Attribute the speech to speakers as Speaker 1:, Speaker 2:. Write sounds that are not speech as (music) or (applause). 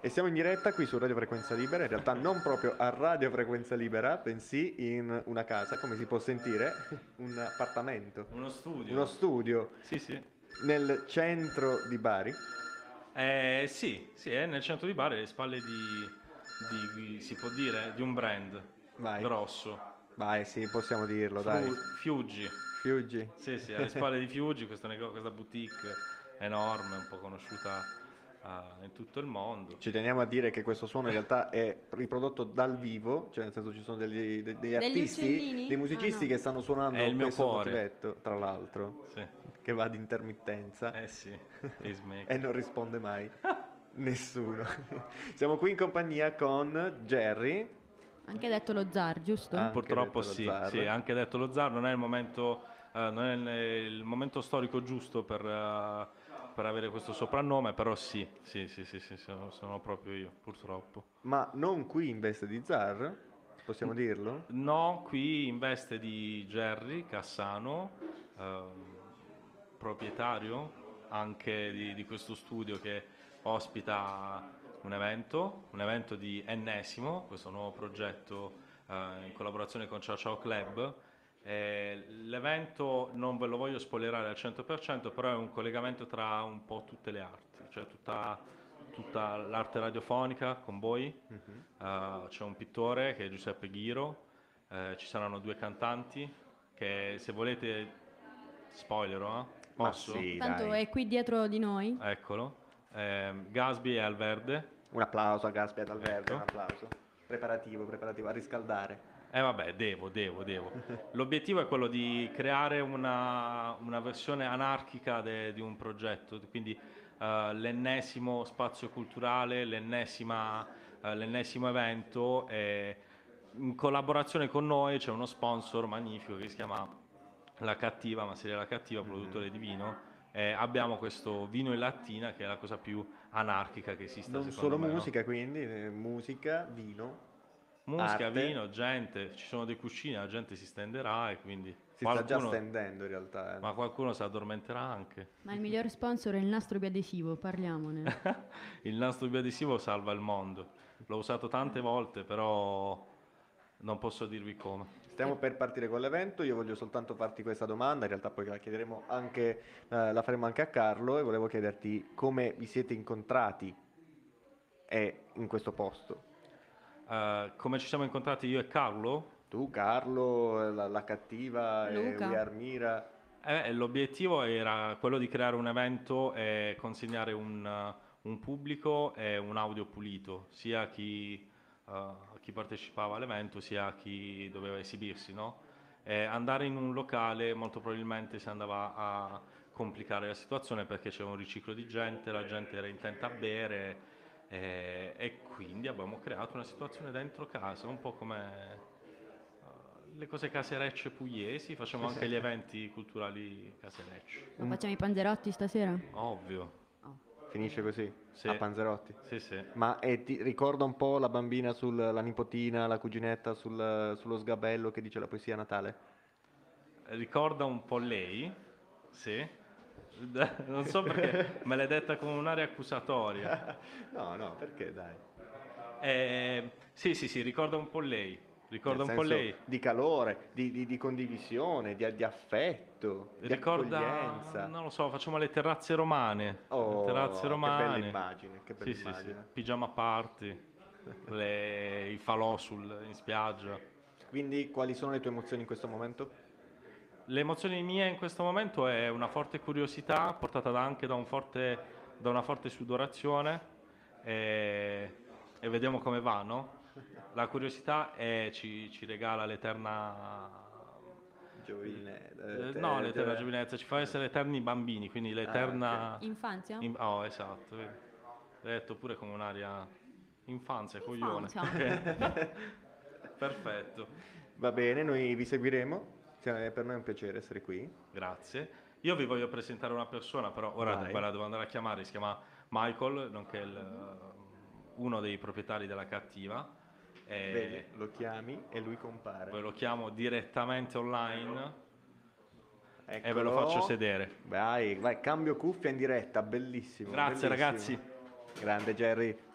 Speaker 1: E siamo in diretta qui su Radio Frequenza Libera, in realtà non proprio a Radio Frequenza Libera, bensì in una casa, come si può sentire, un appartamento,
Speaker 2: Uno studio.
Speaker 1: uno studio
Speaker 2: Sì, sì.
Speaker 1: nel centro di Bari.
Speaker 2: Eh, sì, sì, è nel centro di Bari, alle spalle di, di- si può dire, di un brand
Speaker 1: Vai.
Speaker 2: grosso.
Speaker 1: Vai, sì, possiamo dirlo, dai.
Speaker 2: Fiu- Fiuggi.
Speaker 1: Fiuggi.
Speaker 2: Sì, sì, alle spalle di Fiuggi, questa, nego- questa boutique enorme, un po' conosciuta eh, in tutto il mondo.
Speaker 1: Ci teniamo a dire che questo
Speaker 2: (laughs)
Speaker 1: suono in realtà è riprodotto dal vivo, cioè nel senso ci sono degli, de- degli artisti,
Speaker 3: uccellini?
Speaker 1: dei musicisti
Speaker 3: Ah, no.
Speaker 1: che stanno suonando
Speaker 2: È il mio
Speaker 1: questo
Speaker 2: cuore.
Speaker 1: motivetto, tra l'altro,
Speaker 2: Sì.
Speaker 1: che va ad intermittenza (laughs)
Speaker 2: Eh sì, pacemaker.
Speaker 1: e non risponde mai nessuno. (laughs) Siamo qui in compagnia con Jerry.
Speaker 3: Anche detto lo zar, giusto?
Speaker 1: Ah. anche detto
Speaker 2: Purtroppo
Speaker 1: lo
Speaker 2: sì,
Speaker 1: zar.
Speaker 2: sì, anche detto lo zar non è il momento, eh, non è il, il momento storico giusto per, eh, per avere questo soprannome, però sì, sì, sì, sì, sì, sono, sono proprio io, purtroppo.
Speaker 1: Ma non qui in veste di zar, possiamo dirlo?
Speaker 2: No, qui in veste di Gerry Cassano, ehm, proprietario anche di, di questo studio che ospita un evento, un evento di Ennesimo, questo nuovo progetto eh, in collaborazione con Ciao Ciao Club. Eh, l'evento non ve lo voglio spoilerare al 100%, però è un collegamento tra un po' tutte le arti, cioè tutta, tutta l'arte radiofonica con voi.
Speaker 1: Mhm.
Speaker 2: Uh, c'è un pittore che è Giuseppe Ghiro, eh, ci saranno due cantanti che se volete spoilero, eh?
Speaker 1: Ma
Speaker 2: posso?
Speaker 1: sì,
Speaker 3: Tanto
Speaker 1: dai.
Speaker 3: è qui dietro di noi.
Speaker 2: Eccolo. Ehm, Gasby è al verde.
Speaker 1: Un applauso a Gaspi ad Alberto,
Speaker 2: Ecco.
Speaker 1: un applauso. Preparativo, preparativo, a riscaldare.
Speaker 2: Eh vabbè, devo,
Speaker 1: (laughs)
Speaker 2: devo, devo. L'obiettivo è quello di creare una, una versione anarchica de- di un progetto, quindi eh, l'ennesimo spazio culturale, l'ennesima- eh, l'ennesimo evento e in collaborazione con noi c'è uno sponsor magnifico che si chiama La Cattiva, Masseria La Cattiva,
Speaker 1: Mm-hmm.
Speaker 2: produttore di vino. E abbiamo questo vino in lattina che è la cosa più anarchica che esista.
Speaker 1: Non
Speaker 2: secondo
Speaker 1: solo
Speaker 2: me, no?
Speaker 1: musica, quindi, eh, musica, vino.
Speaker 2: Musica,
Speaker 1: Arte.
Speaker 2: vino, gente, ci sono dei cucine, la gente si stenderà e quindi
Speaker 1: Si sta già stendendo in realtà. eh.
Speaker 2: ma qualcuno si addormenterà anche.
Speaker 3: Ma il miglior sponsor è il nastro
Speaker 1: (laughs)
Speaker 3: biadesivo, parliamone.
Speaker 2: il nastro biadesivo salva il mondo. L'ho usato tante volte, però non posso dirvi come.
Speaker 1: Stiamo per partire con l'evento, io voglio soltanto farti questa domanda, in realtà poi la chiederemo anche, eh, la faremo anche a Carlo e volevo chiederti come vi siete incontrati e in questo posto.
Speaker 2: Eh, come ci siamo incontrati io e Carlo?
Speaker 1: Tu, Carlo, eh, la, la cattiva, eh, e
Speaker 3: Luca.
Speaker 1: Armira,
Speaker 2: Eh, l'obiettivo era quello di creare un evento e consegnare un, eh, un pubblico e un audio pulito, sia a chi, eh, a chi partecipava all'evento sia a chi doveva esibirsi. no? Eh, andare in un locale molto probabilmente si andava a complicare la situazione perché c'era un riciclo di gente, la gente era intenta a bere eh, e quindi abbiamo creato una situazione dentro casa, un po' come eh, le cose caserecce pugliesi, facciamo anche gli eventi culturali caserecci.
Speaker 3: Ma facciamo i panzerotti stasera?
Speaker 2: Ovvio.
Speaker 1: finisce così,
Speaker 2: Sì.
Speaker 1: a Panzerotti.
Speaker 2: Sì, sì.
Speaker 1: Ma eh, ti ricorda un po' la bambina, sul, la nipotina, la cuginetta sul- sullo sgabello che dice la poesia a Natale? (laughs)
Speaker 2: Ricorda un po' lei, sì. (laughs) Non so perché me l'hai detta con un'area
Speaker 1: (laughs)
Speaker 2: accusatoria.
Speaker 1: No, no, perché dai?
Speaker 2: Eh, sì, sì, sì, ricorda un po' lei. Ricorda un
Speaker 1: Nel
Speaker 2: po'
Speaker 1: senso
Speaker 2: lei.
Speaker 1: Di calore, di, di- di condivisione, di, di affetto, di
Speaker 2: Ricorda,
Speaker 1: accoglienza.
Speaker 2: non lo so, facciamo le terrazze romane.
Speaker 1: Oh,
Speaker 2: le terrazze romane.
Speaker 1: Che bella immagine, che bella
Speaker 2: Sì, sì, sì.
Speaker 1: immagine.
Speaker 2: Pigiama party, le- i falò sul- in spiaggia.
Speaker 1: Quindi quali sono le tue emozioni in questo momento?
Speaker 2: Le emozioni mie in questo momento è una forte curiosità, portata da- anche da, un forte- da una forte sudorazione, e, e vediamo come va, no? La curiosità è- ci, ci regala l'eterna...
Speaker 1: Giovine.
Speaker 2: eh, no, l'eterna giovinezza, ci fa essere eterni bambini, quindi
Speaker 1: Ah,
Speaker 2: l'eterna...
Speaker 3: Infanzia?
Speaker 2: in- oh, esatto, vedi. L'hai detto pure con un'aria... Infanzia, coglione.
Speaker 1: (laughs)
Speaker 2: Ok. Perfetto.
Speaker 1: Va bene, noi vi seguiremo. Siamo- è per noi è un piacere essere qui.
Speaker 2: Grazie. Io vi voglio presentare una persona, però ora
Speaker 1: Vai.
Speaker 2: quella devo andare a chiamare, si chiama Michael, nonché il, uno dei proprietari della cattiva. E
Speaker 1: Vedi, lo chiami e lui compare.
Speaker 2: Eh. Ve lo chiamo direttamente online e eh, ve lo
Speaker 1: Eccolo.
Speaker 2: faccio sedere.
Speaker 1: Vai, vai, cambio cuffia in diretta, bellissimo.
Speaker 2: Grazie
Speaker 1: bellissimo.
Speaker 2: ragazzi.
Speaker 1: Grande Jerry.